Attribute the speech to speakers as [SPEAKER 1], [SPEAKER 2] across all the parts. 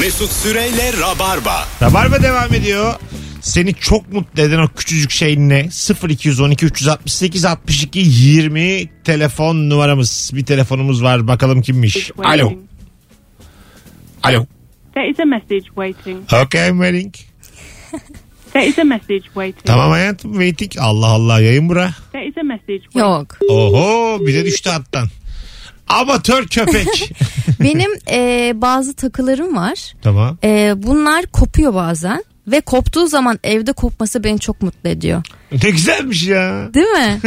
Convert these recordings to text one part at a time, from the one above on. [SPEAKER 1] Mesut Süreyle Rabarba.
[SPEAKER 2] Rabarba devam ediyor. Seni çok mutlu eden o küçücük şey ne? 0212 368 62 20 telefon numaramız. Bir telefonumuz var bakalım kimmiş. Alo.
[SPEAKER 3] waiting.
[SPEAKER 2] Alo.
[SPEAKER 3] There is a message waiting.
[SPEAKER 2] Okay I'm waiting.
[SPEAKER 3] There is a message waiting.
[SPEAKER 2] Tamam hayatım waiting. Allah Allah yayın bura.
[SPEAKER 3] There is a message waiting.
[SPEAKER 4] Yok.
[SPEAKER 2] Oho bize düştü attan. Amatör köpek.
[SPEAKER 4] Benim e, bazı takılarım var.
[SPEAKER 2] tamam.
[SPEAKER 4] E, bunlar kopuyor bazen. Ve koptuğu zaman evde kopması beni çok mutlu ediyor.
[SPEAKER 2] Ne güzelmiş ya.
[SPEAKER 4] Değil mi?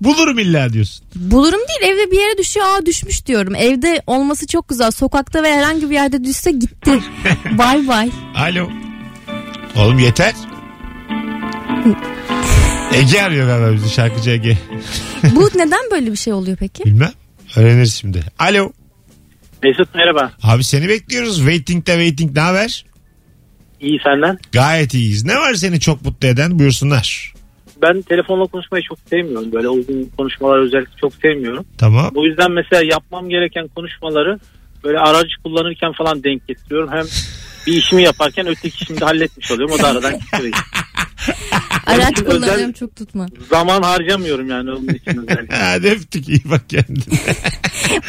[SPEAKER 2] Bulurum illa diyorsun.
[SPEAKER 4] Bulurum değil evde bir yere düşüyor aa düşmüş diyorum. Evde olması çok güzel. Sokakta ve herhangi bir yerde düşse gitti. bay bay.
[SPEAKER 2] Alo. Oğlum yeter. Ege arıyor galiba bizi şarkıcı Ege.
[SPEAKER 4] Bu neden böyle bir şey oluyor peki?
[SPEAKER 2] Bilmem. Öğreniriz şimdi. Alo.
[SPEAKER 5] Mesut merhaba.
[SPEAKER 2] Abi seni bekliyoruz. Waiting'de waiting ne haber?
[SPEAKER 5] İyi senden.
[SPEAKER 2] Gayet iyiyiz. Ne var seni çok mutlu eden? Buyursunlar.
[SPEAKER 5] Ben telefonla konuşmayı çok sevmiyorum. Böyle uzun konuşmalar özellikle çok sevmiyorum.
[SPEAKER 2] Tamam.
[SPEAKER 5] Bu yüzden mesela yapmam gereken konuşmaları böyle aracı kullanırken falan denk getiriyorum. Hem bir işimi yaparken öteki işimi de halletmiş oluyorum. O da aradan çıkıyor.
[SPEAKER 4] Araç
[SPEAKER 5] özel-
[SPEAKER 4] kullanıyorum çok tutma.
[SPEAKER 5] Zaman harcamıyorum yani onun için özellikle.
[SPEAKER 2] Hadi öptük. iyi bak kendine.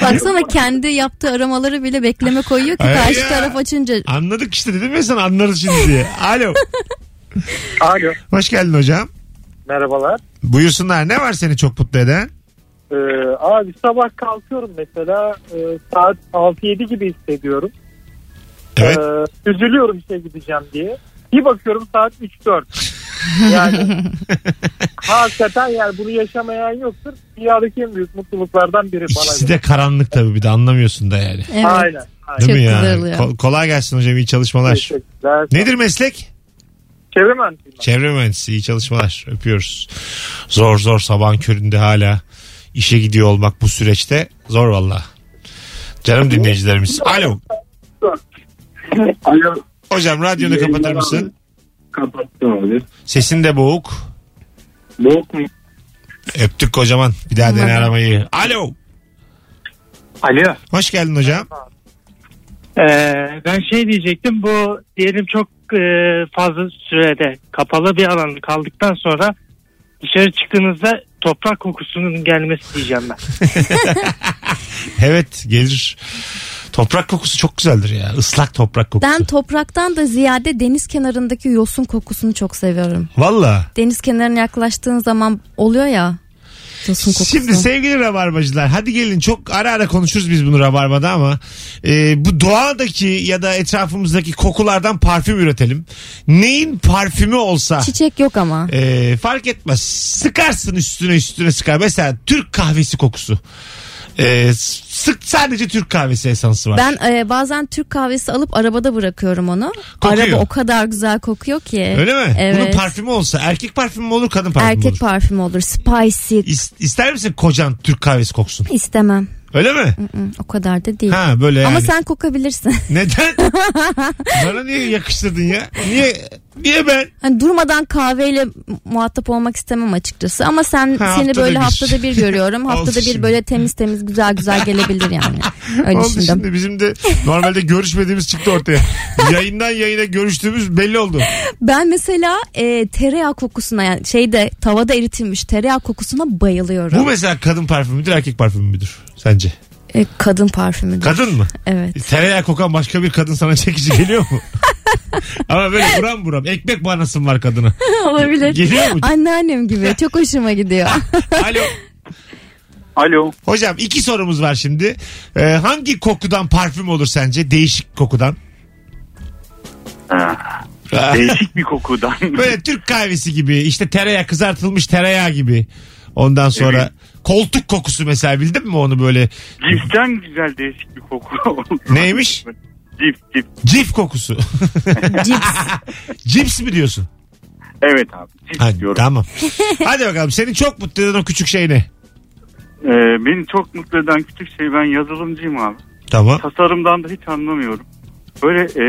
[SPEAKER 4] Baksana kendi yaptığı aramaları bile bekleme koyuyor ki
[SPEAKER 2] Ay
[SPEAKER 4] karşı
[SPEAKER 2] ya.
[SPEAKER 4] taraf açınca.
[SPEAKER 2] Anladık işte dedim ya sana anlarız şimdi diye. Alo.
[SPEAKER 5] Alo.
[SPEAKER 2] Hoş geldin hocam.
[SPEAKER 5] Merhabalar.
[SPEAKER 2] Buyursunlar. Ne var seni çok mutlu eden?
[SPEAKER 5] Ee, abi sabah kalkıyorum mesela Ee, saat 6-7 gibi hissediyorum.
[SPEAKER 2] Evet.
[SPEAKER 5] Ee, üzülüyorum işe gideceğim diye. Bir bakıyorum saat 3-4. Yani hakikaten yani bunu yaşamayan yoktur. Dünyadaki en büyük mutluluklardan biri bana
[SPEAKER 2] İkisi
[SPEAKER 5] göre.
[SPEAKER 2] de karanlık tabii bir de anlamıyorsun da yani.
[SPEAKER 4] Evet.
[SPEAKER 5] Aynen. aynen.
[SPEAKER 2] Değil
[SPEAKER 4] Çok
[SPEAKER 2] mi yani?
[SPEAKER 4] güzel ya.
[SPEAKER 2] Ko- kolay gelsin hocam iyi çalışmalar.
[SPEAKER 5] Teşekkürler.
[SPEAKER 2] Nedir meslek?
[SPEAKER 5] Çevre mühendisiyim ben.
[SPEAKER 2] Çevre mühendisi iyi çalışmalar öpüyoruz. Zor zor sabahın köründe hala işe gidiyor olmak bu süreçte zor valla. Canım dinleyicilerimiz. Alo.
[SPEAKER 6] Alo
[SPEAKER 2] Hocam radyonu kapatır mısın?
[SPEAKER 6] kapattım abi.
[SPEAKER 2] Sesin de boğuk.
[SPEAKER 6] Boğuk mu?
[SPEAKER 2] Öptük kocaman. Bir daha dene aramayı. Alo.
[SPEAKER 6] Alo.
[SPEAKER 2] Hoş geldin hocam.
[SPEAKER 7] Ee, ben şey diyecektim bu diyelim çok e, fazla sürede kapalı bir alanda kaldıktan sonra dışarı çıktığınızda toprak kokusunun gelmesi diyeceğim ben.
[SPEAKER 2] Evet gelir. Toprak kokusu çok güzeldir ya. Islak toprak kokusu.
[SPEAKER 4] Ben topraktan da ziyade deniz kenarındaki yosun kokusunu çok seviyorum.
[SPEAKER 2] Valla.
[SPEAKER 4] Deniz kenarına yaklaştığın zaman oluyor ya yosun kokusu.
[SPEAKER 2] Şimdi sevgili rabarbacılar hadi gelin çok ara ara konuşuruz biz bunu rabarbada ama e, bu doğadaki ya da etrafımızdaki kokulardan parfüm üretelim. Neyin parfümü olsa
[SPEAKER 4] Çiçek yok ama.
[SPEAKER 2] e, fark etmez sıkarsın üstüne üstüne sıkar. Mesela Türk kahvesi kokusu. E, sık sadece Türk kahvesi esansı var.
[SPEAKER 4] Ben e, bazen Türk kahvesi alıp arabada bırakıyorum onu.
[SPEAKER 2] Kokuyor.
[SPEAKER 4] Araba o kadar güzel kokuyor ki.
[SPEAKER 2] Öyle mi?
[SPEAKER 4] Evet.
[SPEAKER 2] Bunun parfümü olsa erkek parfümü mü olur kadın parfümü mü olur?
[SPEAKER 4] Erkek parfümü olur. Spicy.
[SPEAKER 2] İs- ister misin kocan Türk kahvesi koksun?
[SPEAKER 4] İstemem.
[SPEAKER 2] Öyle mi?
[SPEAKER 4] Hı, O kadar da değil.
[SPEAKER 2] Ha böyle yani.
[SPEAKER 4] Ama sen kokabilirsin.
[SPEAKER 2] Neden? Bana niye yakıştırdın ya? Niye niye ben?
[SPEAKER 4] Hani durmadan kahveyle muhatap olmak istemem açıkçası. Ama sen
[SPEAKER 2] Ha,
[SPEAKER 4] seni
[SPEAKER 2] haftada
[SPEAKER 4] böyle
[SPEAKER 2] bir.
[SPEAKER 4] haftada bir görüyorum.
[SPEAKER 2] Oldu
[SPEAKER 4] haftada bir
[SPEAKER 2] şimdi.
[SPEAKER 4] böyle temiz temiz güzel güzel gelebilir yani. Öyle
[SPEAKER 2] Oldu
[SPEAKER 4] düşündüm.
[SPEAKER 2] şimdi bizim de normalde görüşmediğimiz çıktı ortaya. Yayından yayına görüştüğümüz belli oldu.
[SPEAKER 4] Ben mesela e, tereyağı kokusuna yani şeyde tavada eritilmiş tereyağı kokusuna bayılıyorum.
[SPEAKER 2] Bu mesela kadın parfümü müdür erkek parfümü müdür sence?
[SPEAKER 4] E, kadın parfümü. de.
[SPEAKER 2] Kadın mı?
[SPEAKER 4] Evet.
[SPEAKER 2] Tereyağı kokan başka bir kadın sana çekici geliyor mu? Ama böyle buram buram ekmek banasın var kadına.
[SPEAKER 4] Olabilir.
[SPEAKER 2] Geliyor mu?
[SPEAKER 4] Anneannem gibi çok hoşuma gidiyor.
[SPEAKER 2] Alo.
[SPEAKER 6] Alo.
[SPEAKER 2] Hocam iki sorumuz var şimdi. Ee, hangi kokudan parfüm olur sence? Değişik kokudan.
[SPEAKER 6] Değişik bir kokudan.
[SPEAKER 2] Böyle Türk kahvesi gibi işte tereyağı kızartılmış tereyağı gibi. Ondan sonra
[SPEAKER 6] Evet.
[SPEAKER 2] koltuk kokusu mesela bildin mi onu böyle
[SPEAKER 6] Cipsten güzel değişik bir koku. oldu.
[SPEAKER 2] Neymiş?
[SPEAKER 6] Cip cip.
[SPEAKER 2] cif kokusu.
[SPEAKER 4] Cips.
[SPEAKER 2] Cips mi diyorsun?
[SPEAKER 6] Evet abi. Cip
[SPEAKER 2] Ha,
[SPEAKER 6] diyorum.
[SPEAKER 2] tamam. Hadi bakalım senin çok mutlu eden o küçük şey ne?
[SPEAKER 6] Ee, beni çok mutlu eden küçük şey ben yazılımcıyım abi.
[SPEAKER 2] Tamam.
[SPEAKER 6] Tasarımdan da hiç anlamıyorum. Böyle e,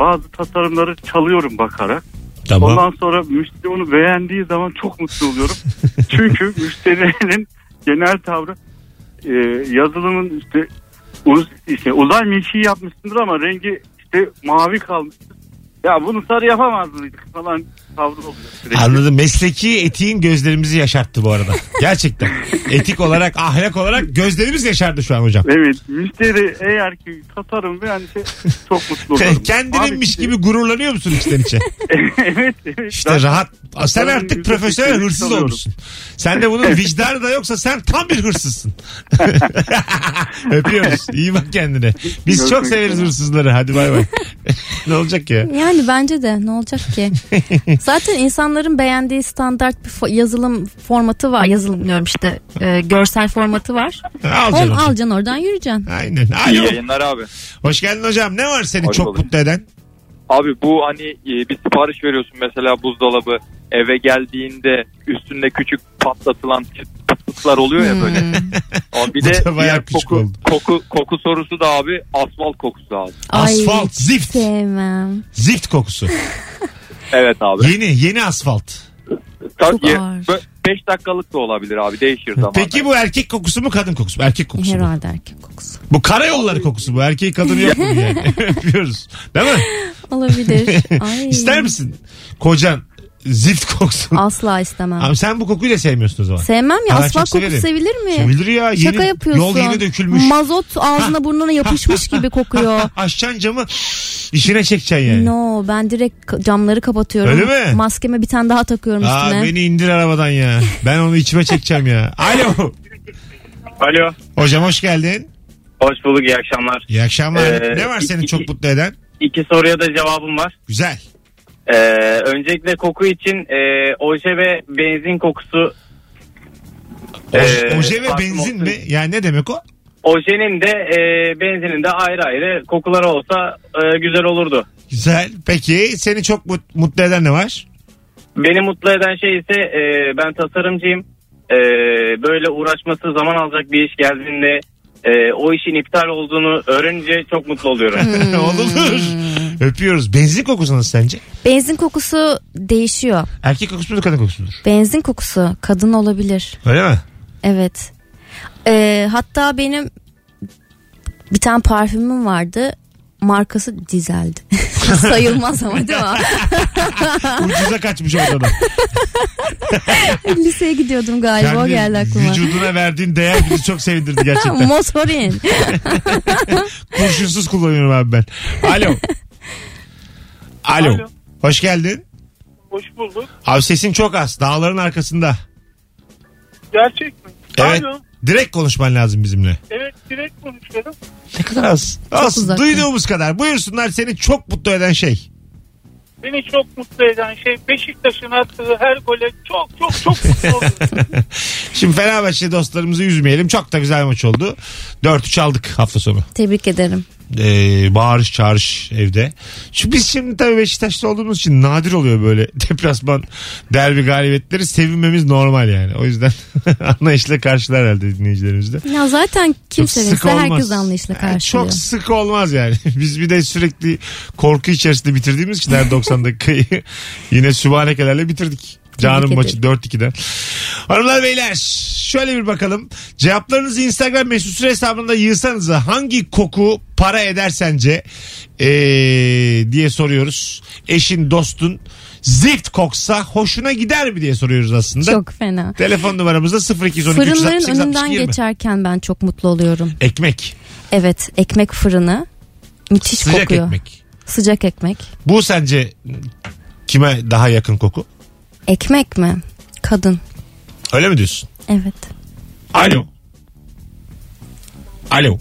[SPEAKER 6] bazı tasarımları çalıyorum bakarak.
[SPEAKER 2] Tamam.
[SPEAKER 6] Ondan sonra müşteri onu beğendiği zaman çok mutlu oluyorum. Çünkü müşterinin genel tavrı e, yazılımın işte uz, işte uzay milkiyi yapmışsındır ama rengi işte mavi kalmıştır. Ya bunu sarı yapamaz mıydık falan tavrı oluyor sürekli.
[SPEAKER 2] Anladım. Mesleki etiğin gözlerimizi yaşarttı bu arada. Gerçekten. Etik olarak, ahlak olarak gözlerimiz yaşardı şu an hocam.
[SPEAKER 6] Evet müşteri eğer ki tasarım beğense çok mutlu olurum.
[SPEAKER 2] Kendininmiş
[SPEAKER 6] Abi,
[SPEAKER 2] gibi gururlanıyor musun içten içe?
[SPEAKER 6] evet, evet.
[SPEAKER 2] İşte rahat. Sen
[SPEAKER 6] ben
[SPEAKER 2] artık
[SPEAKER 6] yüzde
[SPEAKER 2] profesyonel
[SPEAKER 6] seksen
[SPEAKER 2] hırsız
[SPEAKER 6] alıyorum.
[SPEAKER 2] olmuşsun. Sen de bunun vicdanı da yoksa sen tam bir hırsızsın. Öpüyoruz. İyi bak kendine. Biz çok
[SPEAKER 6] Görüşmek
[SPEAKER 2] severiz
[SPEAKER 6] üzere.
[SPEAKER 2] hırsızları. Hadi bay bay. ne olacak ya?
[SPEAKER 4] Yani bence de ne olacak ki? Zaten insanların beğendiği standart bir fo- yazılım formatı var. Yazılım diyorum işte e, görsel formatı var.
[SPEAKER 2] Al
[SPEAKER 4] Onu
[SPEAKER 2] canım.
[SPEAKER 4] alacaksın oradan yürüyeceksin.
[SPEAKER 2] Aynen.
[SPEAKER 8] İyi
[SPEAKER 2] Alo.
[SPEAKER 8] yayınlar abi.
[SPEAKER 2] Hoş geldin hocam. Ne var seni
[SPEAKER 8] Hoş
[SPEAKER 2] çok
[SPEAKER 8] bulduk.
[SPEAKER 2] mutlu eden?
[SPEAKER 8] Abi bu hani e, bir sipariş veriyorsun mesela buzdolabı eve geldiğinde üstünde küçük patlatılan çıt- pıt pıtlar oluyor ya böyle.
[SPEAKER 4] Hmm.
[SPEAKER 8] Ama bir
[SPEAKER 2] Bu
[SPEAKER 8] de
[SPEAKER 2] da bayağı
[SPEAKER 8] diğer
[SPEAKER 2] küçük
[SPEAKER 8] koku,
[SPEAKER 2] oldu.
[SPEAKER 8] koku, koku sorusu da abi asfalt kokusu abi.
[SPEAKER 4] Ay,
[SPEAKER 2] Asfalt, zift.
[SPEAKER 4] Sevmem.
[SPEAKER 2] Zift kokusu.
[SPEAKER 8] Evet abi.
[SPEAKER 2] Yeni, yeni asfalt.
[SPEAKER 4] Çok ağır.
[SPEAKER 8] 5 dakikalık da olabilir abi değişir zaman.
[SPEAKER 2] Peki bu erkek kokusu mu kadın kokusu mu? Erkek kokusu mu?
[SPEAKER 4] Herhalde erkek kokusu.
[SPEAKER 2] Bu karayolları kokusu bu. Erkeği kadını yok mu yani? Öpüyoruz. Değil mi?
[SPEAKER 4] Olabilir. Ay.
[SPEAKER 2] İster misin? Kocan zift koksun.
[SPEAKER 4] Asla istemem.
[SPEAKER 2] Abi sen bu kokuyu da sevmiyorsun o zaman.
[SPEAKER 4] Sevmem ya
[SPEAKER 2] Ha, ben
[SPEAKER 4] asfak
[SPEAKER 2] çok
[SPEAKER 4] koku
[SPEAKER 2] severim.
[SPEAKER 4] sevilir mi?
[SPEAKER 2] Sevilir ya. Yeni,
[SPEAKER 4] Şaka yapıyorsun.
[SPEAKER 2] Yol yeni dökülmüş.
[SPEAKER 4] Mazot ağzına burnuna yapışmış gibi kokuyor.
[SPEAKER 2] Açacaksın camı işine çekeceksin yani.
[SPEAKER 4] No ben direkt ka- camları kapatıyorum.
[SPEAKER 2] Öyle mi?
[SPEAKER 4] Maskeme bir tane daha takıyorum
[SPEAKER 2] Aa,
[SPEAKER 4] üstüne.
[SPEAKER 2] beni indir arabadan ya. Ben onu içime çekeceğim ya. Alo.
[SPEAKER 5] Alo.
[SPEAKER 2] Hocam hoş geldin.
[SPEAKER 5] Hoş bulduk iyi akşamlar.
[SPEAKER 2] İyi akşamlar.
[SPEAKER 5] Ee,
[SPEAKER 2] ne var seni
[SPEAKER 5] iki-
[SPEAKER 2] çok mutlu eden?
[SPEAKER 5] İki soruya da cevabım var.
[SPEAKER 2] Güzel.
[SPEAKER 5] Ee, öncelikle koku için e, oje ve benzin kokusu.
[SPEAKER 2] Oje,
[SPEAKER 5] Ee,
[SPEAKER 2] oje ve
[SPEAKER 5] parfüm
[SPEAKER 2] benzin
[SPEAKER 5] olsun.
[SPEAKER 2] mi? Yani ne demek o?
[SPEAKER 5] Ojenin de e, benzinin de ayrı ayrı kokuları olsa e, güzel olurdu.
[SPEAKER 2] Güzel. Peki seni çok mut- mutlu eden ne var?
[SPEAKER 5] Beni mutlu eden şey ise e, ben tasarımcıyım. E, böyle uğraşması zaman alacak bir iş geldiğinde e, o işin iptal olduğunu öğrenince çok mutlu oluyorum.
[SPEAKER 4] Hmm.
[SPEAKER 2] Olur. Öpüyoruz. Benzin kokusu nasıl sence?
[SPEAKER 4] Benzin kokusu değişiyor.
[SPEAKER 2] Erkek kokusu mudur kadın kokusu mudur?
[SPEAKER 4] Benzin kokusu kadın olabilir.
[SPEAKER 2] Öyle mi?
[SPEAKER 4] Evet. Ee, hatta benim bir tane parfümüm vardı. Markası dizeldi. Sayılmaz ama değil mi?
[SPEAKER 2] Ucuza kaçmış ortadan.
[SPEAKER 4] Liseye gidiyordum galiba o
[SPEAKER 2] Kendi
[SPEAKER 4] geldi aklıma.
[SPEAKER 2] Vücuduna verdiğin değer bizi çok sevindirdi gerçekten.
[SPEAKER 4] Motorin.
[SPEAKER 2] Kurşunsuz kullanıyorum abi ben. Alo. Alo.
[SPEAKER 5] Alo.
[SPEAKER 2] Hoş geldin.
[SPEAKER 5] Hoş bulduk.
[SPEAKER 2] Abi sesin çok az. Dağların arkasında.
[SPEAKER 5] Gerçek mi?
[SPEAKER 2] Evet. Direkt konuşman lazım bizimle.
[SPEAKER 5] Evet direkt konuşuyorum.
[SPEAKER 2] Ne kadar az. az.
[SPEAKER 4] uzak.
[SPEAKER 2] Duyduğumuz kadar. Buyursunlar seni çok mutlu eden şey.
[SPEAKER 5] Beni çok mutlu eden şey Beşiktaş'ın attığı her gole çok çok çok mutlu oldum.
[SPEAKER 2] Şimdi Fenerbahçe dostlarımızı üzmeyelim. Çok da güzel maç oldu. 4-3 aldık hafta sonu.
[SPEAKER 4] Tebrik ederim.
[SPEAKER 2] Ee, bağırış çağırış evde. Şu biz şimdi tabii Beşiktaşlı olduğumuz için nadir oluyor böyle deplasman derbi galibiyetleri. Sevinmemiz normal yani. O yüzden anlayışla karşılar herhalde dinleyicilerimiz de.
[SPEAKER 4] Ya zaten kim
[SPEAKER 2] Çok sık
[SPEAKER 4] sevinse
[SPEAKER 2] olmaz.
[SPEAKER 4] herkes anlayışla
[SPEAKER 2] Yani
[SPEAKER 4] karşılıyor.
[SPEAKER 2] Çok sık olmaz yani. Biz bir de sürekli korku içerisinde bitirdiğimiz için her 90 dakikayı yine sübhanekelerle bitirdik. Canım
[SPEAKER 4] ederim.
[SPEAKER 2] maçı 4-2'den. Hanımlar beyler şöyle bir bakalım. Cevaplarınızı Instagram mesut süre hesabında yığsanız hangi koku para eder sence Ee, diye soruyoruz. Eşin dostun zift koksa hoşuna gider mi diye soruyoruz aslında.
[SPEAKER 4] Çok fena.
[SPEAKER 2] Telefon numaramızda 0212
[SPEAKER 4] Fırınların
[SPEAKER 2] 368
[SPEAKER 4] önünden
[SPEAKER 2] 62 20.
[SPEAKER 4] geçerken ben çok mutlu oluyorum.
[SPEAKER 2] Ekmek.
[SPEAKER 4] Evet ekmek fırını. Müthiş
[SPEAKER 2] Sıcak
[SPEAKER 4] kokuyor.
[SPEAKER 2] ekmek.
[SPEAKER 4] Sıcak ekmek.
[SPEAKER 2] Bu sence kime daha yakın koku?
[SPEAKER 4] Ekmek mi? Kadın.
[SPEAKER 2] Öyle mi diyorsun?
[SPEAKER 4] Evet.
[SPEAKER 2] Alo. Alo.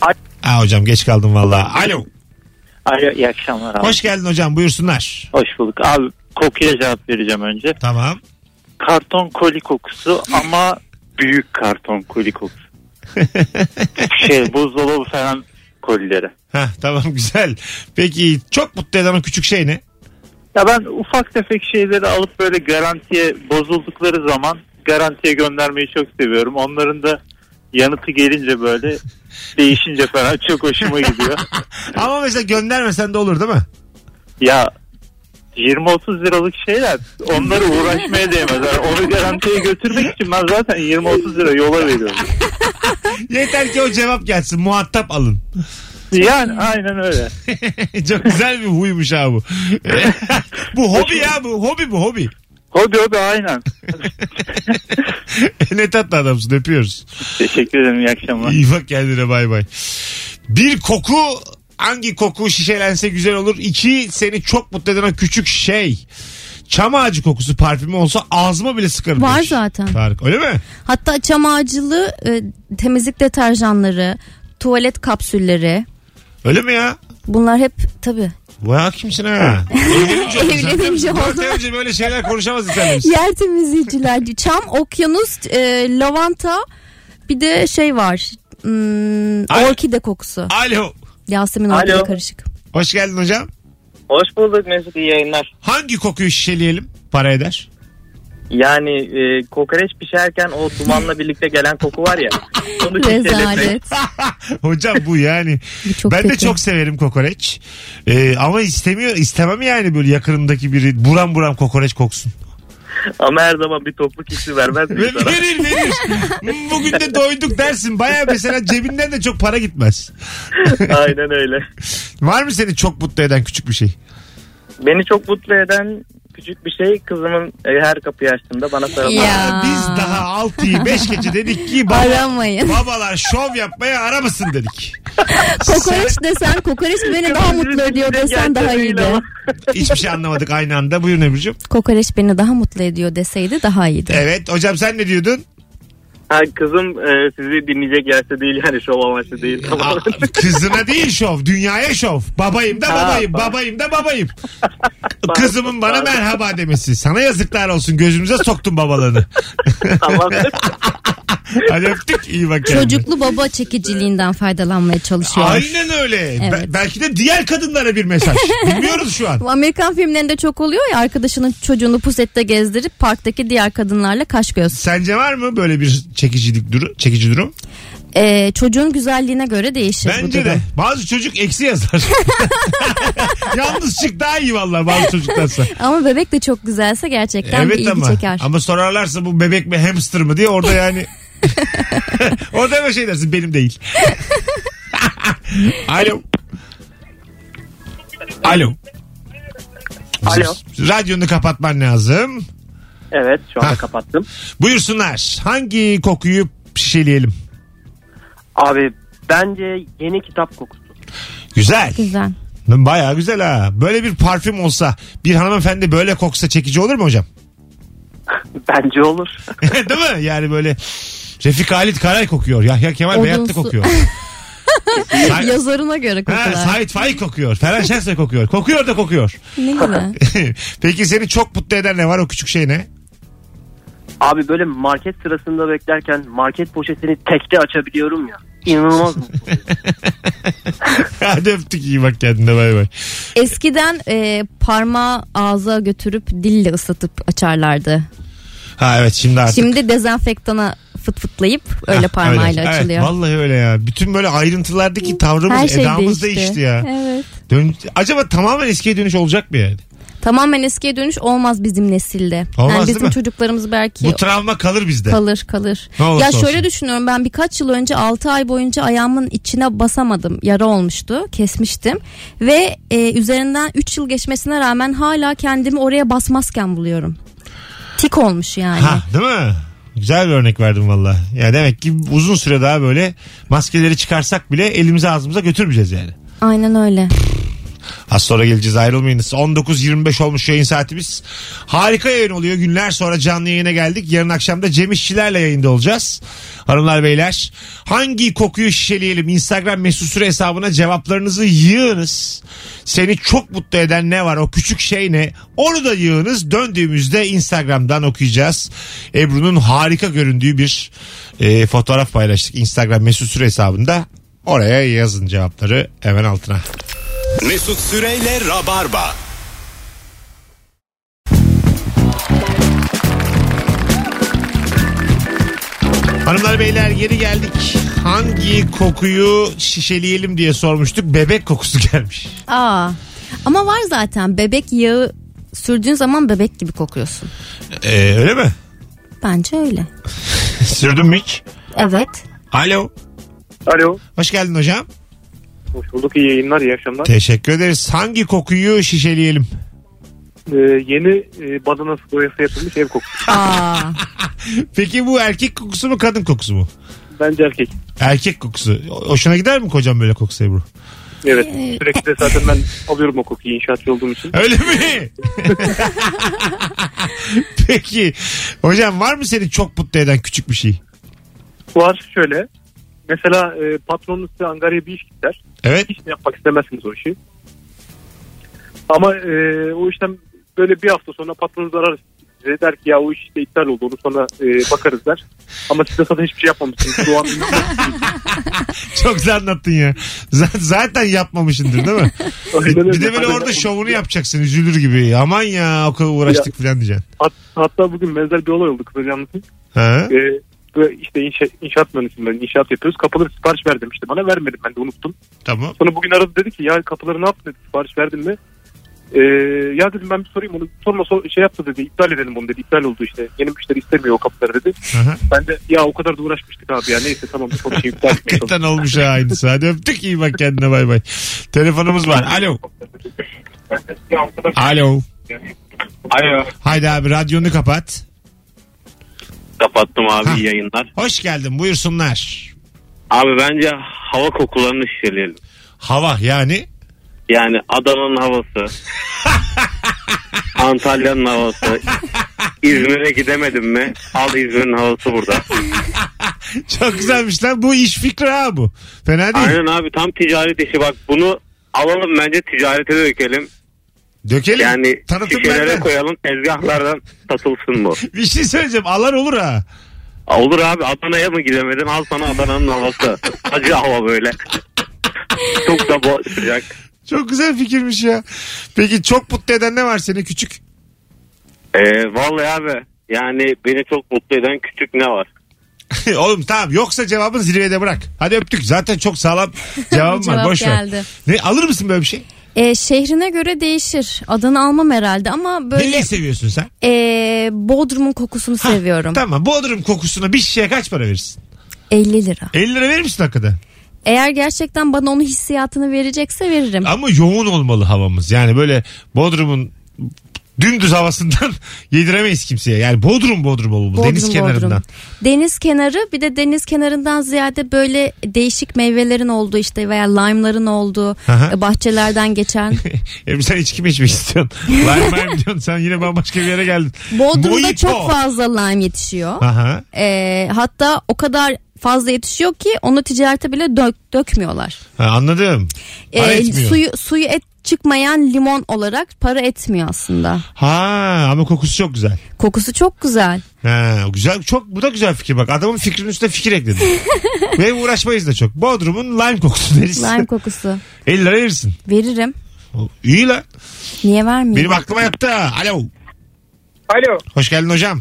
[SPEAKER 5] Alo.
[SPEAKER 2] Aa, hocam geç kaldım valla. Alo.
[SPEAKER 5] Alo iyi akşamlar abi.
[SPEAKER 2] Hoş geldin hocam buyursunlar.
[SPEAKER 5] Hoş bulduk. Abi kokuya cevap vereceğim önce.
[SPEAKER 2] Tamam.
[SPEAKER 5] Karton koli kokusu ama büyük karton koli kokusu. şey buzdolabı falan kolileri.
[SPEAKER 2] Heh, tamam güzel. Peki çok mutlu eden o küçük şey ne?
[SPEAKER 5] Ya ben ufak tefek şeyleri alıp böyle garantiye bozuldukları zaman garantiye göndermeyi çok seviyorum. Onların da yanıtı gelince böyle değişince falan çok hoşuma gidiyor.
[SPEAKER 2] Ama mesela göndermesen de olur değil mi?
[SPEAKER 5] ya 20-30 liralık şeyler onları uğraşmaya değmez. Yani onu garantiye götürmek için ben zaten 20-30 lira yola veriyorum.
[SPEAKER 2] Yeter ki o cevap gelsin. Muhatap alın.
[SPEAKER 5] Yani aynen öyle.
[SPEAKER 2] Çok güzel bir huymuş ha bu. bu hobi ya bu. Hobi bu hobi.
[SPEAKER 5] Hobi hobi aynen.
[SPEAKER 2] ne tatlı adamsın öpüyoruz.
[SPEAKER 5] Teşekkür ederim iyi akşamlar.
[SPEAKER 2] İyi bak kendine bay bay. Bir koku hangi koku şişelense güzel olur? İki seni çok mutlu eden o küçük şey. Çam ağacı kokusu parfümü olsa ağzıma bile sıkarım.
[SPEAKER 4] Var
[SPEAKER 2] demiş.
[SPEAKER 4] zaten.
[SPEAKER 2] Tarık öyle mi?
[SPEAKER 4] Hatta çam ağacılı e, temizlik deterjanları, tuvalet kapsülleri
[SPEAKER 2] Öyle mi ya?
[SPEAKER 4] bunlar hep tabii
[SPEAKER 2] Vay hakimsin ha. Evlenince oldu zaten.
[SPEAKER 4] Evlenince oldu.
[SPEAKER 2] Dört ay önce böyle şeyler konuşamaz insanımız.
[SPEAKER 4] yer temizleyiciler. Çam, okyanus, e, lavanta bir de şey var. Hmm,
[SPEAKER 2] Ay-
[SPEAKER 4] orkide kokusu.
[SPEAKER 2] Alo.
[SPEAKER 4] Yasemin
[SPEAKER 5] Alo.
[SPEAKER 4] orkide karışık.
[SPEAKER 2] Hoş geldin hocam.
[SPEAKER 5] Hoş bulduk Mesut iyi yayınlar.
[SPEAKER 2] Hangi kokuyu şişeleyelim? Para eder.
[SPEAKER 5] Yani e, kokoreç pişerken o dumanla birlikte gelen koku var ya. Onu
[SPEAKER 4] Rezalet.
[SPEAKER 2] Hocam bu yani.
[SPEAKER 4] Bu çok
[SPEAKER 2] ben de
[SPEAKER 4] kötü.
[SPEAKER 2] çok severim kokoreç. Ee, ama istemiyor istemem yani böyle yakınımdaki biri buram buram kokoreç koksun.
[SPEAKER 5] Ama her zaman bir topluk hissi vermez mi
[SPEAKER 2] Ve- verir verir. Bugün de doyduk dersin. Baya mesela cebinden de çok para gitmez.
[SPEAKER 5] Aynen öyle.
[SPEAKER 2] Var mı seni çok mutlu eden küçük bir şey?
[SPEAKER 5] Beni çok mutlu eden küçük bir şey kızımın e, her kapıyı açtığında bana sarılması.
[SPEAKER 4] Ya.
[SPEAKER 2] Aa, Biz daha 6'yı 5 gece dedik ki baba-
[SPEAKER 4] Aramayın.
[SPEAKER 2] babalar şov yapmaya aramasın dedik.
[SPEAKER 4] kokoreç desen kokoreç beni daha mutlu ediyor desen daha iyiydi.
[SPEAKER 2] Hiçbir şey anlamadık aynı anda. Buyurun Ebru'cum.
[SPEAKER 4] Kokoreç beni daha mutlu ediyor deseydi daha iyiydi.
[SPEAKER 2] Evet hocam sen ne diyordun?
[SPEAKER 5] Ha, kızım e, sizi dinleyecek yerse değil yani şov amaçlı değil.
[SPEAKER 2] Aa, Kızına değil şov. Dünyaya şov. Babayım da
[SPEAKER 5] Ha,
[SPEAKER 2] babayım.
[SPEAKER 5] pardon.
[SPEAKER 2] Babayım da babayım. Kızımın bana merhaba demesi. Sana yazıklar olsun. Gözümüze soktun babalığını.
[SPEAKER 5] Tamamdır.
[SPEAKER 2] Hadi öptük. iyi bak kendine.
[SPEAKER 4] Çocuklu baba çekiciliğinden faydalanmaya çalışıyor.
[SPEAKER 2] Aynen öyle.
[SPEAKER 4] Evet.
[SPEAKER 2] Be- belki de diğer kadınlara bir mesaj. Bilmiyoruz şu an.
[SPEAKER 4] Bu Amerikan filmlerinde çok oluyor ya arkadaşının çocuğunu pusette gezdirip parktaki diğer kadınlarla kaş göz.
[SPEAKER 2] Sence var mı böyle bir çekicilik duru, çekici durum?
[SPEAKER 4] Ee, çocuğun güzelliğine göre değişir bu
[SPEAKER 2] Bence
[SPEAKER 4] durum.
[SPEAKER 2] de. Bazı çocuk eksi yazar. Yalnız çık daha iyi vallahi bazı çocuklarsa.
[SPEAKER 4] Ama bebek de çok güzelse gerçekten bir
[SPEAKER 2] Evet
[SPEAKER 4] ilgi
[SPEAKER 2] ama.
[SPEAKER 4] çeker.
[SPEAKER 2] Ama sorarlarsa bu bebek mi hamster mı diye orada yani. orada hemen şey dersin benim değil. Alo. Alo.
[SPEAKER 5] Alo.
[SPEAKER 2] Radyonu kapatman lazım.
[SPEAKER 5] Evet şu anda
[SPEAKER 2] Ha.
[SPEAKER 5] kapattım.
[SPEAKER 2] Buyursunlar. Hangi kokuyu şişeleyelim?
[SPEAKER 5] Abi bence yeni kitap kokusu.
[SPEAKER 2] Güzel.
[SPEAKER 4] Güzel.
[SPEAKER 2] Lan Bayağı güzel ha. Böyle bir parfüm olsa bir hanımefendi böyle koksa çekici olur mu hocam?
[SPEAKER 5] Bence olur.
[SPEAKER 2] Değil mi? Yani böyle Refik Halit Karay kokuyor. Yahya Kemal
[SPEAKER 4] Odunsu.
[SPEAKER 2] Beyatlı kokuyor. Say-
[SPEAKER 4] Yazarına göre
[SPEAKER 2] Ha,
[SPEAKER 4] kokular.
[SPEAKER 2] Sait Faik kokuyor. Ferhan Şensoy kokuyor. Kokuyor da kokuyor.
[SPEAKER 4] Ne güzel.
[SPEAKER 2] Peki seni çok mutlu eden ne var o küçük şey ne?
[SPEAKER 5] Abi böyle market sırasında beklerken market poşetini tekte açabiliyorum ya. İnanılmaz mı?
[SPEAKER 2] Hadi öptük iyi bak kendine bay bay.
[SPEAKER 4] Eskiden e, parmağı ağza götürüp dille ıslatıp açarlardı.
[SPEAKER 2] Ha evet şimdi artık.
[SPEAKER 4] Şimdi dezenfektana fıt fıtlayıp öyle
[SPEAKER 2] Ha,
[SPEAKER 4] parmağıyla
[SPEAKER 2] öyle. Evet,
[SPEAKER 4] açılıyor.
[SPEAKER 2] vallahi öyle ya. Bütün böyle ayrıntılardaki tavrımız,
[SPEAKER 4] Her şey
[SPEAKER 2] edamız değişti,
[SPEAKER 4] değişti.
[SPEAKER 2] ya.
[SPEAKER 4] Evet.
[SPEAKER 2] Dön- Acaba tamamen eskiye dönüş olacak mı yani?
[SPEAKER 4] Tamamen eskiye dönüş olmaz bizim nesilde.
[SPEAKER 2] Olmaz
[SPEAKER 4] yani
[SPEAKER 2] değil
[SPEAKER 4] bizim
[SPEAKER 2] mi?
[SPEAKER 4] çocuklarımız belki
[SPEAKER 2] Bu travma kalır bizde.
[SPEAKER 4] kalır kalır.
[SPEAKER 2] Ne olursa
[SPEAKER 4] ya şöyle
[SPEAKER 2] olsun.
[SPEAKER 4] düşünüyorum ben birkaç yıl önce 6 ay boyunca ayağımın içine basamadım. Yara olmuştu. Kesmiştim. Ve e, üzerinden 3 yıl geçmesine rağmen hala kendimi oraya basmazken buluyorum. Tik olmuş yani.
[SPEAKER 2] Ha, değil mi? Güzel bir örnek verdim valla. Ya demek ki uzun süre daha böyle maskeleri çıkarsak bile elimize ağzımıza götürmeyeceğiz yani.
[SPEAKER 4] Aynen öyle.
[SPEAKER 2] Az sonra geleceğiz ayrılmayınız. 19.25 olmuş yayın saatimiz. Harika yayın oluyor. Günler sonra canlı yayına geldik. Yarın akşam da Cem İşçilerle yayında olacağız. Hanımlar beyler hangi kokuyu şişeleyelim? Instagram mesut süre hesabına cevaplarınızı yığınız. Seni çok mutlu eden ne var? O küçük şey ne? Onu da yığınız. Döndüğümüzde Instagram'dan okuyacağız. Ebru'nun harika göründüğü bir e, fotoğraf paylaştık. Instagram mesut süre hesabında. Oraya yazın cevapları hemen altına.
[SPEAKER 1] Mesut Süreyle Rabarba.
[SPEAKER 2] Hanımlar beyler geri geldik. Hangi kokuyu şişeleyelim diye sormuştuk. Bebek kokusu gelmiş.
[SPEAKER 4] Aa. Ama var zaten bebek yağı Sürdüğün zaman bebek gibi kokuyorsun.
[SPEAKER 2] Ee, öyle mi?
[SPEAKER 4] Bence öyle.
[SPEAKER 2] Sürdün mü hiç?
[SPEAKER 4] Evet.
[SPEAKER 2] Alo.
[SPEAKER 6] Alo.
[SPEAKER 2] Hoş geldin hocam.
[SPEAKER 6] Hoş bulduk. İyi yayınlar. iyi akşamlar.
[SPEAKER 2] Teşekkür ederiz. Hangi kokuyu şişeleyelim?
[SPEAKER 6] Ee, yeni e, badana boyası yapılmış ev kokusu.
[SPEAKER 4] Aa,
[SPEAKER 2] Peki bu erkek kokusu mu kadın kokusu mu?
[SPEAKER 6] Bence erkek.
[SPEAKER 2] Erkek kokusu. O- Hoşuna gider mi kocam böyle kokusu Ebru?
[SPEAKER 6] Evet. Sürekli de zaten ben alıyorum o kokuyu inşaatçı olduğum için.
[SPEAKER 2] Öyle mi? Peki. Hocam var mı seni çok mutlu eden küçük bir şey?
[SPEAKER 6] Var şöyle. Mesela e, patronunuz size angarya bir iş gider.
[SPEAKER 2] Evet.
[SPEAKER 6] Hiç de yapmak istemezsiniz o işi. Ama e, o işten böyle bir hafta sonra patronunuz arar size der ki ya o iş işte iptal oldu onu sonra e, bakarız der. Ama siz de zaten hiçbir şey yapmamışsınız. Doğan
[SPEAKER 2] Çok güzel anlattın ya. Z- zaten yapmamışındır değil mi? Bir, bir de böyle orada
[SPEAKER 6] şov.
[SPEAKER 2] şovunu yapacaksın üzülür gibi. Aman ya o kadar uğraştık falan diyeceksin.
[SPEAKER 6] hatta bugün benzer bir olay oldu kısaca anlatayım.
[SPEAKER 2] Ha?
[SPEAKER 6] E, böyle işte inşa, inşaat mühendisiyim ben inşaat yapıyoruz. Kapıları sipariş ver demişti bana vermedim ben de unuttum.
[SPEAKER 2] Tamam.
[SPEAKER 6] Sonra bugün aradı dedi ki ya kapıları ne yaptın dedi sipariş verdin mi? Ee, ya dedim ben bir sorayım onu sorma sor, şey yaptı dedi iptal edelim bunu dedi iptal oldu işte yeni müşteri istemiyor o kapıları dedi.
[SPEAKER 2] Aha.
[SPEAKER 6] Ben de ya o kadar da uğraşmıştık abi ya neyse tamam bir konuşayım iptal etmeye
[SPEAKER 2] Hakikaten olmuş ha aynısı. Hadi öptük iyi bak kendine bay bay. Telefonumuz var. Alo. Alo.
[SPEAKER 9] Alo.
[SPEAKER 2] Haydi abi radyonu kapat.
[SPEAKER 9] Kapattım abi
[SPEAKER 2] Ha.
[SPEAKER 9] iyi yayınlar.
[SPEAKER 2] Hoş geldin buyursunlar.
[SPEAKER 9] Abi bence hava kokularını şişeleyelim.
[SPEAKER 2] Hava yani.
[SPEAKER 9] Yani Adana'nın havası. Antalya'nın havası. İzmir'e gidemedim mi? Al İzmir'in havası burada.
[SPEAKER 2] Çok güzelmiş lan. Bu iş fikri ha bu. Fena değil.
[SPEAKER 9] Aynen abi tam ticaret işi bak bunu alalım bence ticarete dökelim.
[SPEAKER 2] Dökelim.
[SPEAKER 9] Yani
[SPEAKER 2] Tanıtım
[SPEAKER 9] şişelere
[SPEAKER 2] benden.
[SPEAKER 9] koyalım tezgahlardan satılsın bu.
[SPEAKER 2] Bir şey söyleyeceğim. Alan olur ha.
[SPEAKER 9] Aa, Olur abi Adana'ya mı gidemedin al sana Adana'nın havası. Acı hava böyle. Çok da bo- sıcak.
[SPEAKER 2] Çok güzel fikirmiş ya. Peki çok mutlu eden ne var seni küçük?
[SPEAKER 9] Ee, vallahi abi yani beni çok mutlu eden küçük ne var?
[SPEAKER 2] Oğlum tamam yoksa cevabını zirvede bırak. Hadi öptük. Zaten çok sağlam cevabım var.
[SPEAKER 4] Cevap
[SPEAKER 2] Boş ver.
[SPEAKER 4] geldi.
[SPEAKER 2] Ne alır mısın böyle bir şey?
[SPEAKER 4] e, şehrine göre değişir. Adını almam herhalde ama böyle
[SPEAKER 2] Neyi seviyorsun sen?
[SPEAKER 4] e, Bodrum'un kokusunu
[SPEAKER 2] Ha,
[SPEAKER 4] seviyorum.
[SPEAKER 2] Tamam. Bodrum kokusuna bir şişeye kaç para verirsin?
[SPEAKER 4] 50 lira.
[SPEAKER 2] 50 lira verir misin hakikaten?
[SPEAKER 4] Eğer gerçekten bana onun hissiyatını verecekse veririm.
[SPEAKER 2] Ama yoğun olmalı havamız. Yani böyle Bodrum'un dümdüz havasından yediremeyiz kimseye. Yani Bodrum Bodrum olmalı.
[SPEAKER 4] Bodrum,
[SPEAKER 2] deniz
[SPEAKER 4] Bodrum.
[SPEAKER 2] kenarından.
[SPEAKER 4] Deniz kenarı bir de deniz kenarından ziyade böyle değişik meyvelerin olduğu işte veya lime'ların olduğu
[SPEAKER 2] Aha.
[SPEAKER 4] e, bahçelerden geçen.
[SPEAKER 2] Ebru sen içki mi içmek istiyorsun? Lime lime diyorsun. Sen yine bambaşka bir yere geldin.
[SPEAKER 4] Bodrum'da
[SPEAKER 2] Mojito.
[SPEAKER 4] çok fazla lime yetişiyor.
[SPEAKER 2] Aha.
[SPEAKER 4] E, hatta o kadar fazla yetişiyor ki onu ticarete bile dök, dökmüyorlar.
[SPEAKER 2] Ha, anladım. Para
[SPEAKER 4] E,
[SPEAKER 2] etmiyor.
[SPEAKER 4] suyu suyu et çıkmayan limon olarak para etmiyor aslında.
[SPEAKER 2] Ha ama kokusu çok güzel.
[SPEAKER 4] Kokusu çok güzel.
[SPEAKER 2] Ha, güzel çok bu da güzel fikir bak. Adamın fikrinin üstüne fikir ekledin. Ve uğraşmayız da çok. Bodrum'un lime kokusu deriz.
[SPEAKER 4] Lime kokusu.
[SPEAKER 2] 50 lira verirsin.
[SPEAKER 4] Veririm.
[SPEAKER 2] İyi la.
[SPEAKER 4] Niye vermeyeyim?
[SPEAKER 2] Benim aklıma yattı ha. Alo.
[SPEAKER 6] Alo
[SPEAKER 2] Hoş geldin hocam.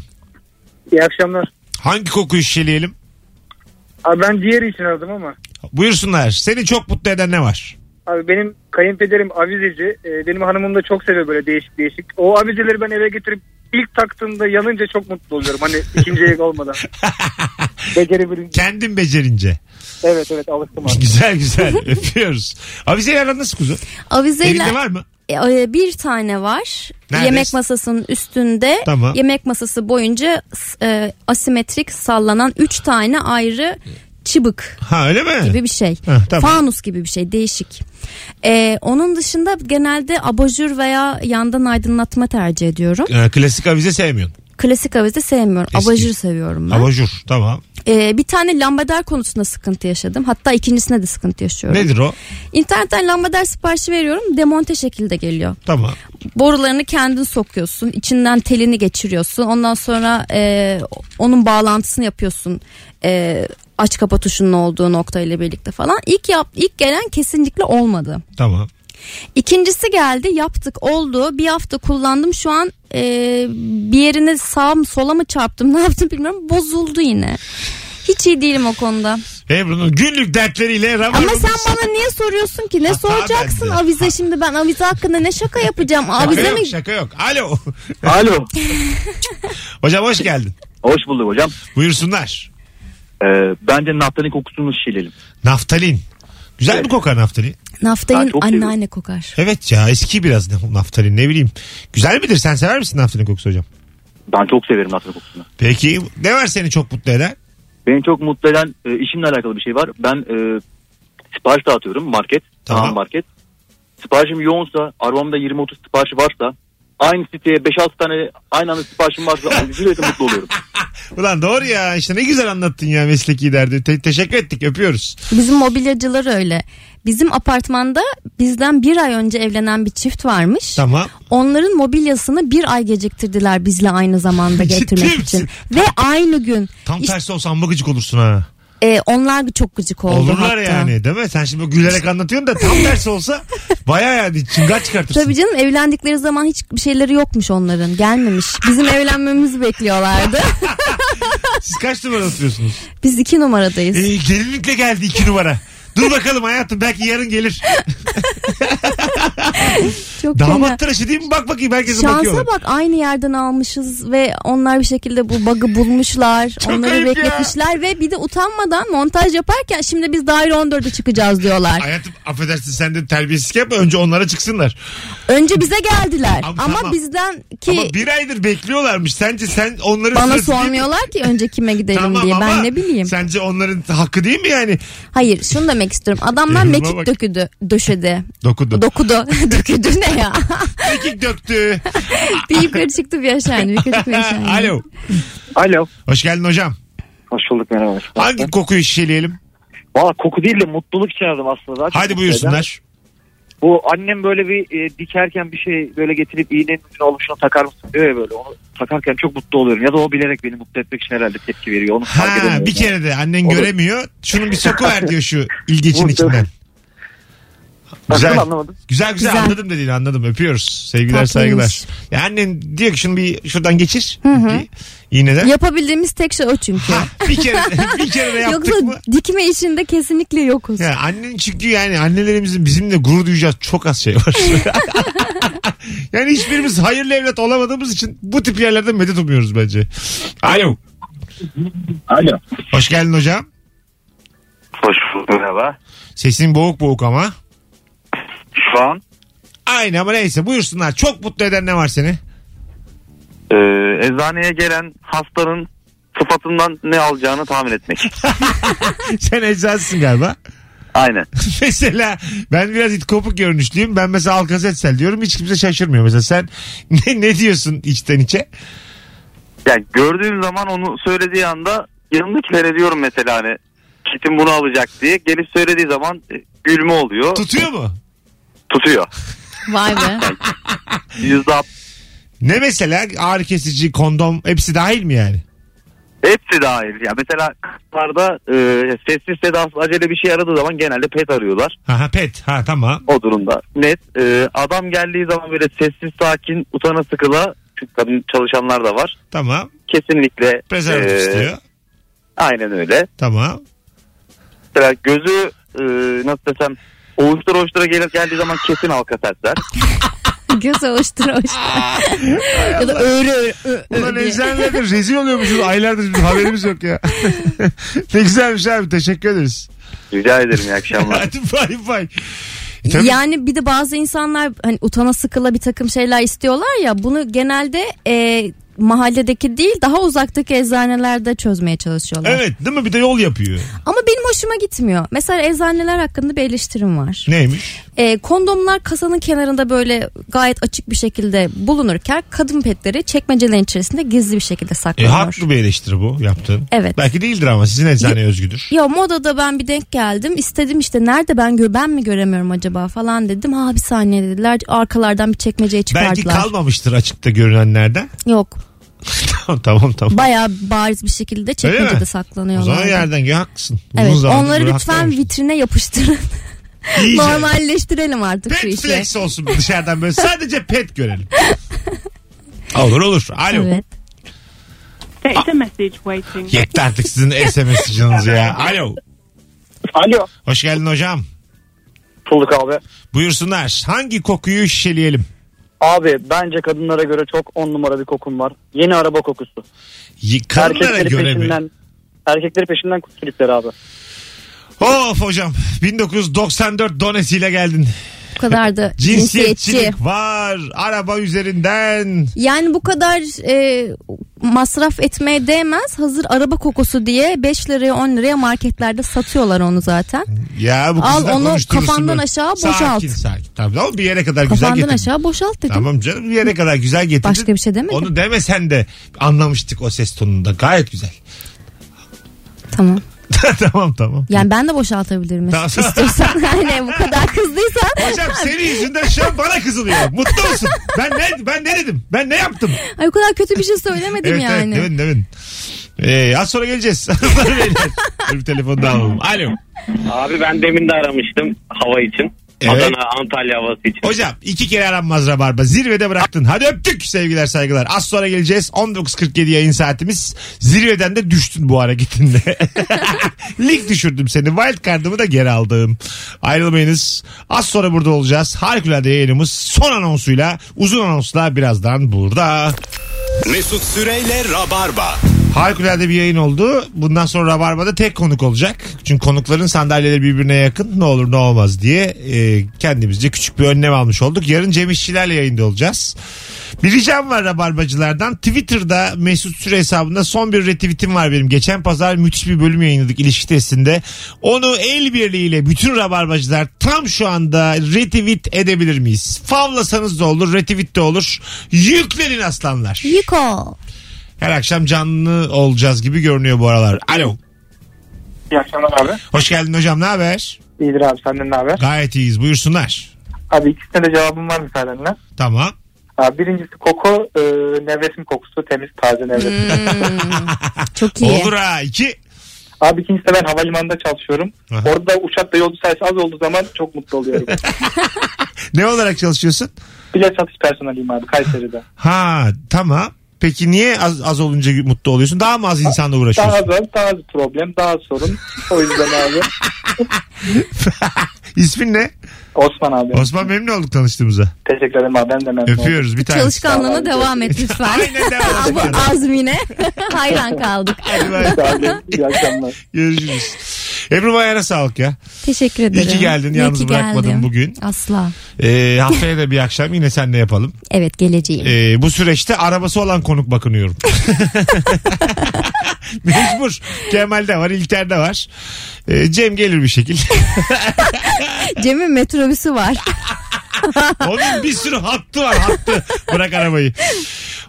[SPEAKER 6] iyi akşamlar.
[SPEAKER 2] Hangi kokuyu şişeleyelim?
[SPEAKER 6] Abi ben diğeri için aradım ama
[SPEAKER 2] Buyursunlar. Seni çok mutlu eden ne var?
[SPEAKER 6] abi benim kayınpederim avizeci Ee, benim hanımım da çok seviyor böyle değişik değişik. O avizeleri ben eve getirip ilk taktığımda yanınca çok mutlu oluyorum hani ikinci el olmadan. Becerebilirim.
[SPEAKER 2] Kendin becerince.
[SPEAKER 6] Evet evet alıştım abi.
[SPEAKER 2] Güzel güzel. Öpüyoruz. Avizeyle aran nasıl kuzu?
[SPEAKER 4] Avizeyle
[SPEAKER 2] Evinde var mı?
[SPEAKER 4] E, e, bir tane var.
[SPEAKER 2] Nerede?
[SPEAKER 4] Yemek masasının üstünde.
[SPEAKER 2] Tamam.
[SPEAKER 4] Yemek masası boyunca s- e, asimetrik sallanan üç tane ayrı çıbık
[SPEAKER 2] Ha öyle mi?
[SPEAKER 4] gibi bir şey.
[SPEAKER 2] Ha, tamam.
[SPEAKER 4] Fanus gibi bir şey değişik. E, onun dışında genelde abajur veya yandan aydınlatma tercih ediyorum.
[SPEAKER 2] Ee, klasik avize sevmiyorsun.
[SPEAKER 4] Klasik avize sevmiyorum.
[SPEAKER 2] Eski.
[SPEAKER 4] Abajur seviyorum ben.
[SPEAKER 2] Abajur tamam.
[SPEAKER 4] E, bir tane lambader konusunda sıkıntı yaşadım. Hatta ikincisine de sıkıntı yaşıyorum.
[SPEAKER 2] Nedir o?
[SPEAKER 4] İnternetten lambader siparişi veriyorum. Demonte şekilde geliyor.
[SPEAKER 2] Tamam.
[SPEAKER 4] borularını kendin sokuyorsun. içinden telini geçiriyorsun. Ondan sonra e, onun bağlantısını yapıyorsun. E, aç kapa tuşunun olduğu nokta ile birlikte falan. İlk yap ilk gelen kesinlikle olmadı.
[SPEAKER 2] Tamam.
[SPEAKER 4] İkincisi geldi yaptık oldu. Bir hafta kullandım şu an e, bir yerine sağ mı sola mı çarptım ne yaptım bilmiyorum bozuldu yine. Hiç iyi değilim o konuda.
[SPEAKER 2] Ebru'nun günlük dertleriyle
[SPEAKER 4] Ama
[SPEAKER 2] Rabarba'nın...
[SPEAKER 4] sen bana niye soruyorsun ki? Ne
[SPEAKER 2] Hata
[SPEAKER 4] soracaksın
[SPEAKER 2] bende.
[SPEAKER 4] avize şimdi ben avize hakkında ne şaka yapacağım?
[SPEAKER 2] Şaka
[SPEAKER 4] Avize mi?
[SPEAKER 2] yok, şaka yok. Alo.
[SPEAKER 10] Alo.
[SPEAKER 2] Hocam hoş geldin.
[SPEAKER 10] Hoş bulduk hocam.
[SPEAKER 2] Buyursunlar.
[SPEAKER 10] Ee, bence naftalin kokusunu şişirelim.
[SPEAKER 2] Naftalin. Güzel mi kokar naftalin?
[SPEAKER 10] Ben
[SPEAKER 4] Naftalin
[SPEAKER 10] çok seviyorum.
[SPEAKER 4] anneanne kokar.
[SPEAKER 2] Evet ya eski biraz ne- naftalin ne bileyim. Güzel midir? Sen sever misin naftalin kokusu hocam?
[SPEAKER 10] Ben çok severim naftalin kokusunu.
[SPEAKER 2] Peki ne var seni çok mutlu eden?
[SPEAKER 10] Beni çok mutlu eden e, işimle alakalı bir şey var. Ben e, sipariş dağıtıyorum market.
[SPEAKER 2] Tamam.
[SPEAKER 10] Tamam. market. Siparişim yoğunsa arabamda 20-30 sipariş varsa aynı siteye 5-6 tane aynı anda siparişim varsa sürekli mutlu oluyorum.
[SPEAKER 2] Ulan doğru ya işte ne güzel anlattın ya mesleki derdi. Te- teşekkür ettik öpüyoruz.
[SPEAKER 4] Bizim mobilyacılar öyle. Bizim apartmanda bizden bir ay önce evlenen bir çift varmış.
[SPEAKER 2] Tamam.
[SPEAKER 4] Onların mobilyasını bir ay geciktirdiler bizle aynı zamanda
[SPEAKER 2] Ciddi
[SPEAKER 4] getirmek
[SPEAKER 2] misin?
[SPEAKER 4] için. Ve aynı gün
[SPEAKER 2] Tam
[SPEAKER 4] İşte-
[SPEAKER 2] tersi olsa amma gıcık olursun ha.
[SPEAKER 4] e, onlar çok gıcık oldu
[SPEAKER 2] Olurlar
[SPEAKER 4] hatta.
[SPEAKER 2] yani değil mi? Sen şimdi gülerek anlatıyorsun da tam tersi olsa baya yani çıngar çıkartırsın.
[SPEAKER 4] Tabii canım evlendikleri zaman hiçbir şeyleri yokmuş onların gelmemiş. Bizim evlenmemizi bekliyorlardı.
[SPEAKER 2] Siz kaç numara oturuyorsunuz?
[SPEAKER 4] Biz iki numaradayız.
[SPEAKER 2] Ee, gelinlikle geldi iki numara. Dur bakalım hayatım belki yarın gelir.
[SPEAKER 4] Çok fena.
[SPEAKER 2] Damat tıraşı değil mi? Bak bakayım herkese bakıyorlar.
[SPEAKER 4] Şansa bak aynı yerden almışız ve onlar bir şekilde bu bug'ı bulmuşlar. onları
[SPEAKER 2] ayıp ya.
[SPEAKER 4] bekletmişler ve bir de utanmadan montaj yaparken şimdi biz daire 14'e çıkacağız diyorlar.
[SPEAKER 2] Hayatım affedersin sen de terbiyesizlik yapma önce onlara çıksınlar.
[SPEAKER 4] Önce bize geldiler
[SPEAKER 2] Ama
[SPEAKER 4] ama,
[SPEAKER 2] tamam.
[SPEAKER 4] bizden ki
[SPEAKER 2] Ama bir aydır bekliyorlarmış. Sence sen onların
[SPEAKER 4] bana
[SPEAKER 2] sırası değil mi?
[SPEAKER 4] sormuyorlar ki önce kime gidelim
[SPEAKER 2] Tamam
[SPEAKER 4] diye
[SPEAKER 2] ama
[SPEAKER 4] ben ne bileyim.
[SPEAKER 2] Sence onların hakkı değil mi yani?
[SPEAKER 4] Hayır şunu demek istiyorum adamlar
[SPEAKER 2] Evime
[SPEAKER 4] mekik
[SPEAKER 2] bak.
[SPEAKER 4] döküdü döşedi.
[SPEAKER 2] Dokundu.
[SPEAKER 4] Dokudu. Döküdü ne ya?
[SPEAKER 2] Mekik döktü.
[SPEAKER 4] bir yukarı çıktı bir aşağı indi. Bir yukarı çıktı bir aşağı indi.
[SPEAKER 2] Alo.
[SPEAKER 9] Alo.
[SPEAKER 2] Hoş geldin hocam.
[SPEAKER 9] Hoş bulduk merhaba. hoş bulduk.
[SPEAKER 2] Hangi kokuyu şişeleyelim?
[SPEAKER 9] Valla koku değil de mutluluk için aradım aslında. Daha çok
[SPEAKER 2] Hadi
[SPEAKER 9] mutlu eden.
[SPEAKER 2] buyursunlar.
[SPEAKER 9] Bu annem böyle bir e, dikerken bir şey böyle getirip iğnenin ucuna alıp şunu takar mısın diyor ya böyle. Onu takarken çok mutlu oluyorum. Ya da o bilerek beni mutlu etmek için herhalde tepki veriyor. Onu fark
[SPEAKER 2] Ha
[SPEAKER 9] edemiyorum.
[SPEAKER 2] bir kere de annen
[SPEAKER 9] Olur.
[SPEAKER 2] göremiyor. Şunun bir soku ver diyor şu ilgeçin içinden.
[SPEAKER 9] Nasıl
[SPEAKER 2] Güzel.
[SPEAKER 9] anlamadım?
[SPEAKER 2] Güzel güzel
[SPEAKER 4] Güzel.
[SPEAKER 2] anladım dediğini anladım. Öpüyoruz. Sevgiler
[SPEAKER 4] Tatlıymış.
[SPEAKER 2] saygılar. Ya annen diyor ki şunu bir şuradan geçir. Bir iğneden.
[SPEAKER 4] Yapabildiğimiz tek şey o çünkü.
[SPEAKER 2] Ha, bir kere bir kere de yaptık
[SPEAKER 4] Yoksa
[SPEAKER 2] mı?
[SPEAKER 4] dikme işinde kesinlikle yokuz.
[SPEAKER 2] Ya annen çünkü yani annelerimizin bizimle gurur duyacağız çok az şey var. yani hiçbirimiz hayırlı evlat olamadığımız için bu tip yerlerde medet umuyoruz bence. Alo.
[SPEAKER 10] Alo.
[SPEAKER 2] Hoş geldin hocam.
[SPEAKER 9] Hoş bulduk merhaba.
[SPEAKER 2] Sesin boğuk boğuk ama.
[SPEAKER 9] Şu an
[SPEAKER 2] Aynı ama neyse buyursunlar. Çok mutlu eden ne var seni?
[SPEAKER 9] e, eczaneye gelen hastanın sıfatından ne alacağını tahmin etmek.
[SPEAKER 2] Sen eczacısın galiba.
[SPEAKER 9] Aynen.
[SPEAKER 2] mesela ben biraz it kopuk görünüşlüyüm. Ben mesela Alkazetsel diyorum. Hiç kimse şaşırmıyor. Mesela sen ne, ne diyorsun içten içe?
[SPEAKER 9] Yani gördüğüm zaman onu söylediği anda yanındakilere diyorum mesela hani Çetin bunu alacak diye. Gelip söylediği zaman e, gülme oluyor.
[SPEAKER 2] Tutuyor mu?
[SPEAKER 9] Tutuyor.
[SPEAKER 4] Vay be.
[SPEAKER 9] Yüzde alt-
[SPEAKER 2] Ne mesela ağrı kesici, kondom hepsi dahil mi yani?
[SPEAKER 9] Hepsi dahil. Ya mesela kızlarda e, sessiz sedasız acele bir şey aradığı zaman genelde pet arıyorlar.
[SPEAKER 2] Ha, ha pet. Ha tamam.
[SPEAKER 9] O durumda net. E, adam geldiği zaman böyle sessiz sakin utana sıkıla çünkü kadın çalışanlar da var.
[SPEAKER 2] Tamam.
[SPEAKER 9] Kesinlikle.
[SPEAKER 2] Prezervatif
[SPEAKER 9] e,
[SPEAKER 2] istiyor.
[SPEAKER 9] Aynen öyle.
[SPEAKER 2] Tamam.
[SPEAKER 9] Mesela gözü e, nasıl desem Oğuştura oğuştura gelir geldiği zaman kesin alkatesler.
[SPEAKER 4] Göz alıştır alıştır. ya da öğrü öğrü. ö- ö
[SPEAKER 2] Ulan
[SPEAKER 4] diye.
[SPEAKER 2] eczanelerde rezil oluyormuşuz. Aylardır bizim haberimiz yok ya. ne güzelmiş abi. Teşekkür ederiz.
[SPEAKER 9] Rica ederim iyi akşamlar.
[SPEAKER 2] Hadi bay bay. E Tabii.
[SPEAKER 4] Yani bir de bazı insanlar hani utana sıkıla bir takım şeyler istiyorlar ya bunu genelde e, mahalledeki değil daha uzaktaki eczanelerde çözmeye çalışıyorlar.
[SPEAKER 2] Evet değil mi? Bir de yol yapıyor.
[SPEAKER 4] Ama benim hoşuma gitmiyor. Mesela eczaneler hakkında bir eleştirim var.
[SPEAKER 2] Neymiş?
[SPEAKER 4] E, kondomlar kasanın kenarında böyle gayet açık bir şekilde bulunurken kadın petleri çekmecelerin içerisinde gizli bir şekilde
[SPEAKER 2] E,
[SPEAKER 4] saklanıyor.
[SPEAKER 2] haklı bir eleştiri bu yaptığın.
[SPEAKER 4] Evet.
[SPEAKER 2] Belki değildir ama sizin eczaneye özgüdür.
[SPEAKER 4] Ya modada ben bir denk geldim. İstedim işte nerede ben gör ben mi göremiyorum acaba falan dedim. Ha bir saniye dediler. Arkalardan bir çekmeceye çıkardılar.
[SPEAKER 2] Belki kalmamıştır açıkta görünenlerden.
[SPEAKER 4] Yok.
[SPEAKER 2] tamam tamam tamam.
[SPEAKER 4] Bayağı bariz bir şekilde
[SPEAKER 2] Öyle mi?
[SPEAKER 4] çekmecede
[SPEAKER 2] O
[SPEAKER 4] saklanıyorlar.
[SPEAKER 2] zaman yerden gel haklısın. Uzun
[SPEAKER 4] Evet.
[SPEAKER 2] zamandır
[SPEAKER 4] Onları
[SPEAKER 2] böyle
[SPEAKER 4] lütfen
[SPEAKER 2] haklıymış.
[SPEAKER 4] vitrine yapıştırın.
[SPEAKER 2] İyice.
[SPEAKER 4] Normalleştirelim artık şu
[SPEAKER 2] Pet
[SPEAKER 4] işi.
[SPEAKER 2] flex olsun dışarıdan böyle. Sadece pet görelim. olur olur. Alo.
[SPEAKER 4] Evet.
[SPEAKER 3] Sen There is a message waiting.
[SPEAKER 2] Yetti artık sizin SMS'ciniz ya. Alo.
[SPEAKER 9] Alo.
[SPEAKER 2] Hoş geldin hocam.
[SPEAKER 9] Bulduk abi.
[SPEAKER 2] Buyursunlar. Hangi kokuyu şişeleyelim?
[SPEAKER 10] Abi bence kadınlara göre çok on numara bir kokum var. Yeni araba kokusu.
[SPEAKER 2] Y- Kadınlara
[SPEAKER 10] erkekleri
[SPEAKER 2] göre mi?
[SPEAKER 10] peşinden erkekleri peşinden kusurluklar abi.
[SPEAKER 2] Of hocam. 1994 donesiyle geldin.
[SPEAKER 4] Bu kadar da cinsiyetçi.
[SPEAKER 2] Cinsiyetçilik var. Araba üzerinden.
[SPEAKER 4] Yani bu kadar e, masraf etmeye değmez. Hazır araba kokusu diye 5 liraya 10 liraya marketlerde satıyorlar onu zaten.
[SPEAKER 2] Ya bu
[SPEAKER 4] Al
[SPEAKER 2] kızı da
[SPEAKER 4] onu
[SPEAKER 2] konuşturursun
[SPEAKER 4] kafandan
[SPEAKER 2] böyle.
[SPEAKER 4] aşağı boşalt.
[SPEAKER 2] Sakin sakin. Tamam ama bir yere kadar güzel
[SPEAKER 4] Kafandan
[SPEAKER 2] getirdin.
[SPEAKER 4] aşağı boşalt dedim.
[SPEAKER 2] Tamam canım bir yere kadar güzel getirdin.
[SPEAKER 4] Başka bir şey demedim.
[SPEAKER 2] Onu demesen de anlamıştık o ses tonunda. Gayet güzel.
[SPEAKER 4] Tamam.
[SPEAKER 2] tamam tamam.
[SPEAKER 4] Yani ben de boşaltabilirim
[SPEAKER 2] Tamam.
[SPEAKER 4] istiyorsan. yani bu kadar kızdıysan.
[SPEAKER 2] Hocam senin yüzünden şu an bana kızılıyor. Mutlu musun? Ben ne, ben ne dedim? Ben ne yaptım?
[SPEAKER 4] Ay bu kadar kötü bir şey söylemedim
[SPEAKER 2] evet
[SPEAKER 4] yani.
[SPEAKER 2] evet demin demin. Ee, az sonra geleceğiz. Hanımlar, beyler. Dur bir telefon daha alalım. Alo.
[SPEAKER 11] Abi ben demin de aramıştım hava için.
[SPEAKER 2] Evet.
[SPEAKER 11] Adana, Antalya havası için.
[SPEAKER 2] Hocam iki kere aranmaz rabarba. Zirvede bıraktın. Hadi öptük sevgiler saygılar. Az sonra geleceğiz. 19.47 yayın saatimiz. Zirveden de düştün bu hareketinde. Lig düşürdüm seni. Wild card'ımı da geri aldım. Ayrılmayınız. Az sonra burada olacağız. Harikulade yayınımız son anonsuyla uzun anonsla birazdan burada.
[SPEAKER 1] Mesut Süreyle Rabarba.
[SPEAKER 2] Harikulade bir yayın oldu. Bundan sonra Rabarba'da tek konuk olacak. Çünkü konukların sandalyeleri birbirine yakın. Ne olur ne olmaz diye e, kendimizce küçük bir önlem almış olduk. Yarın Cem İşçilerle yayında olacağız. Bir ricam var Rabarbacılardan. Twitter'da Mesut Süre hesabında son bir retweetim var benim. Geçen pazar müthiş bir bölüm yayınladık ilişki testinde. Onu el birliğiyle bütün Rabarbacılar tam şu anda retweet edebilir miyiz? Favlasanız da olur, retweet de olur. Yüklenin aslanlar.
[SPEAKER 4] Yiko.
[SPEAKER 2] Her akşam canlı olacağız gibi görünüyor bu aralar. Alo.
[SPEAKER 12] İyi akşamlar abi.
[SPEAKER 2] Hoş geldin hocam ne haber?
[SPEAKER 12] İyidir abi senden ne haber?
[SPEAKER 2] Gayet iyiyiz buyursunlar.
[SPEAKER 12] Abi ikisine de cevabım var müsaadenle.
[SPEAKER 2] Tamam.
[SPEAKER 12] Abi birincisi koku, e, nevresim kokusu, temiz taze nevresim.
[SPEAKER 4] Çok
[SPEAKER 2] Olur ha iki.
[SPEAKER 12] Abi ikincisi de ben havalimanında çalışıyorum.
[SPEAKER 2] Aha.
[SPEAKER 12] Orada uçakta yolcu sayısı az olduğu zaman çok mutlu oluyorum.
[SPEAKER 2] Ne olarak çalışıyorsun?
[SPEAKER 12] Bilet satış personeliyim abi Kayseri'de.
[SPEAKER 2] Ha tamam. Peki niye az, az olunca mutlu oluyorsun? Daha mı az insanla
[SPEAKER 12] Daha
[SPEAKER 2] uğraşıyorsun?
[SPEAKER 12] zor, daha az problem, daha az sorun. O yüzden abi.
[SPEAKER 2] İsmin ne?
[SPEAKER 12] Osman abi.
[SPEAKER 2] Osman memnun olduk tanıştığımıza.
[SPEAKER 12] Teşekkür ederim abi. Ben de memnun oldum.
[SPEAKER 2] Öpüyoruz bir tane.
[SPEAKER 4] Çalışkanlığına devam et lütfen.
[SPEAKER 2] Aynen devam et.
[SPEAKER 4] Bu azmine hayran kaldık.
[SPEAKER 2] Hadi bay.
[SPEAKER 12] Sağ olun. İyi akşamlar.
[SPEAKER 2] Görüşürüz. Ebru Bayar'a sağlık ya.
[SPEAKER 4] Teşekkür ederim.
[SPEAKER 2] İyi ki geldin.
[SPEAKER 4] İyi
[SPEAKER 2] Yalnız
[SPEAKER 4] ki
[SPEAKER 2] bırakmadın
[SPEAKER 4] geldim.
[SPEAKER 2] bugün.
[SPEAKER 4] Asla.
[SPEAKER 2] Ee, haftaya da bir akşam yine seninle yapalım.
[SPEAKER 4] Evet geleceğim.
[SPEAKER 2] Ee, bu süreçte arabası olan konuk bakınıyorum. Mecbur. Kemal'de var, İlker'de var. Ee, Cem gelir bir şekil.
[SPEAKER 4] Cem'in metrobüsü var.
[SPEAKER 2] Onun bir sürü hattı var hattı. Bırak arabayı.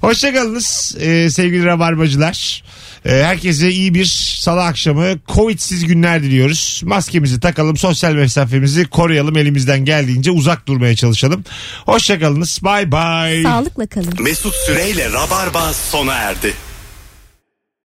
[SPEAKER 2] Hoşçakalınız ee, sevgili rabarbacılar. Ee, herkese iyi bir salı akşamı covidsiz günler diliyoruz. Maskemizi takalım, sosyal mesafemizi koruyalım. Elimizden geldiğince uzak durmaya çalışalım. Hoşçakalınız. Bay bay.
[SPEAKER 4] Sağlıkla kalın.
[SPEAKER 1] Mesut Süreyle Rabarba sona erdi.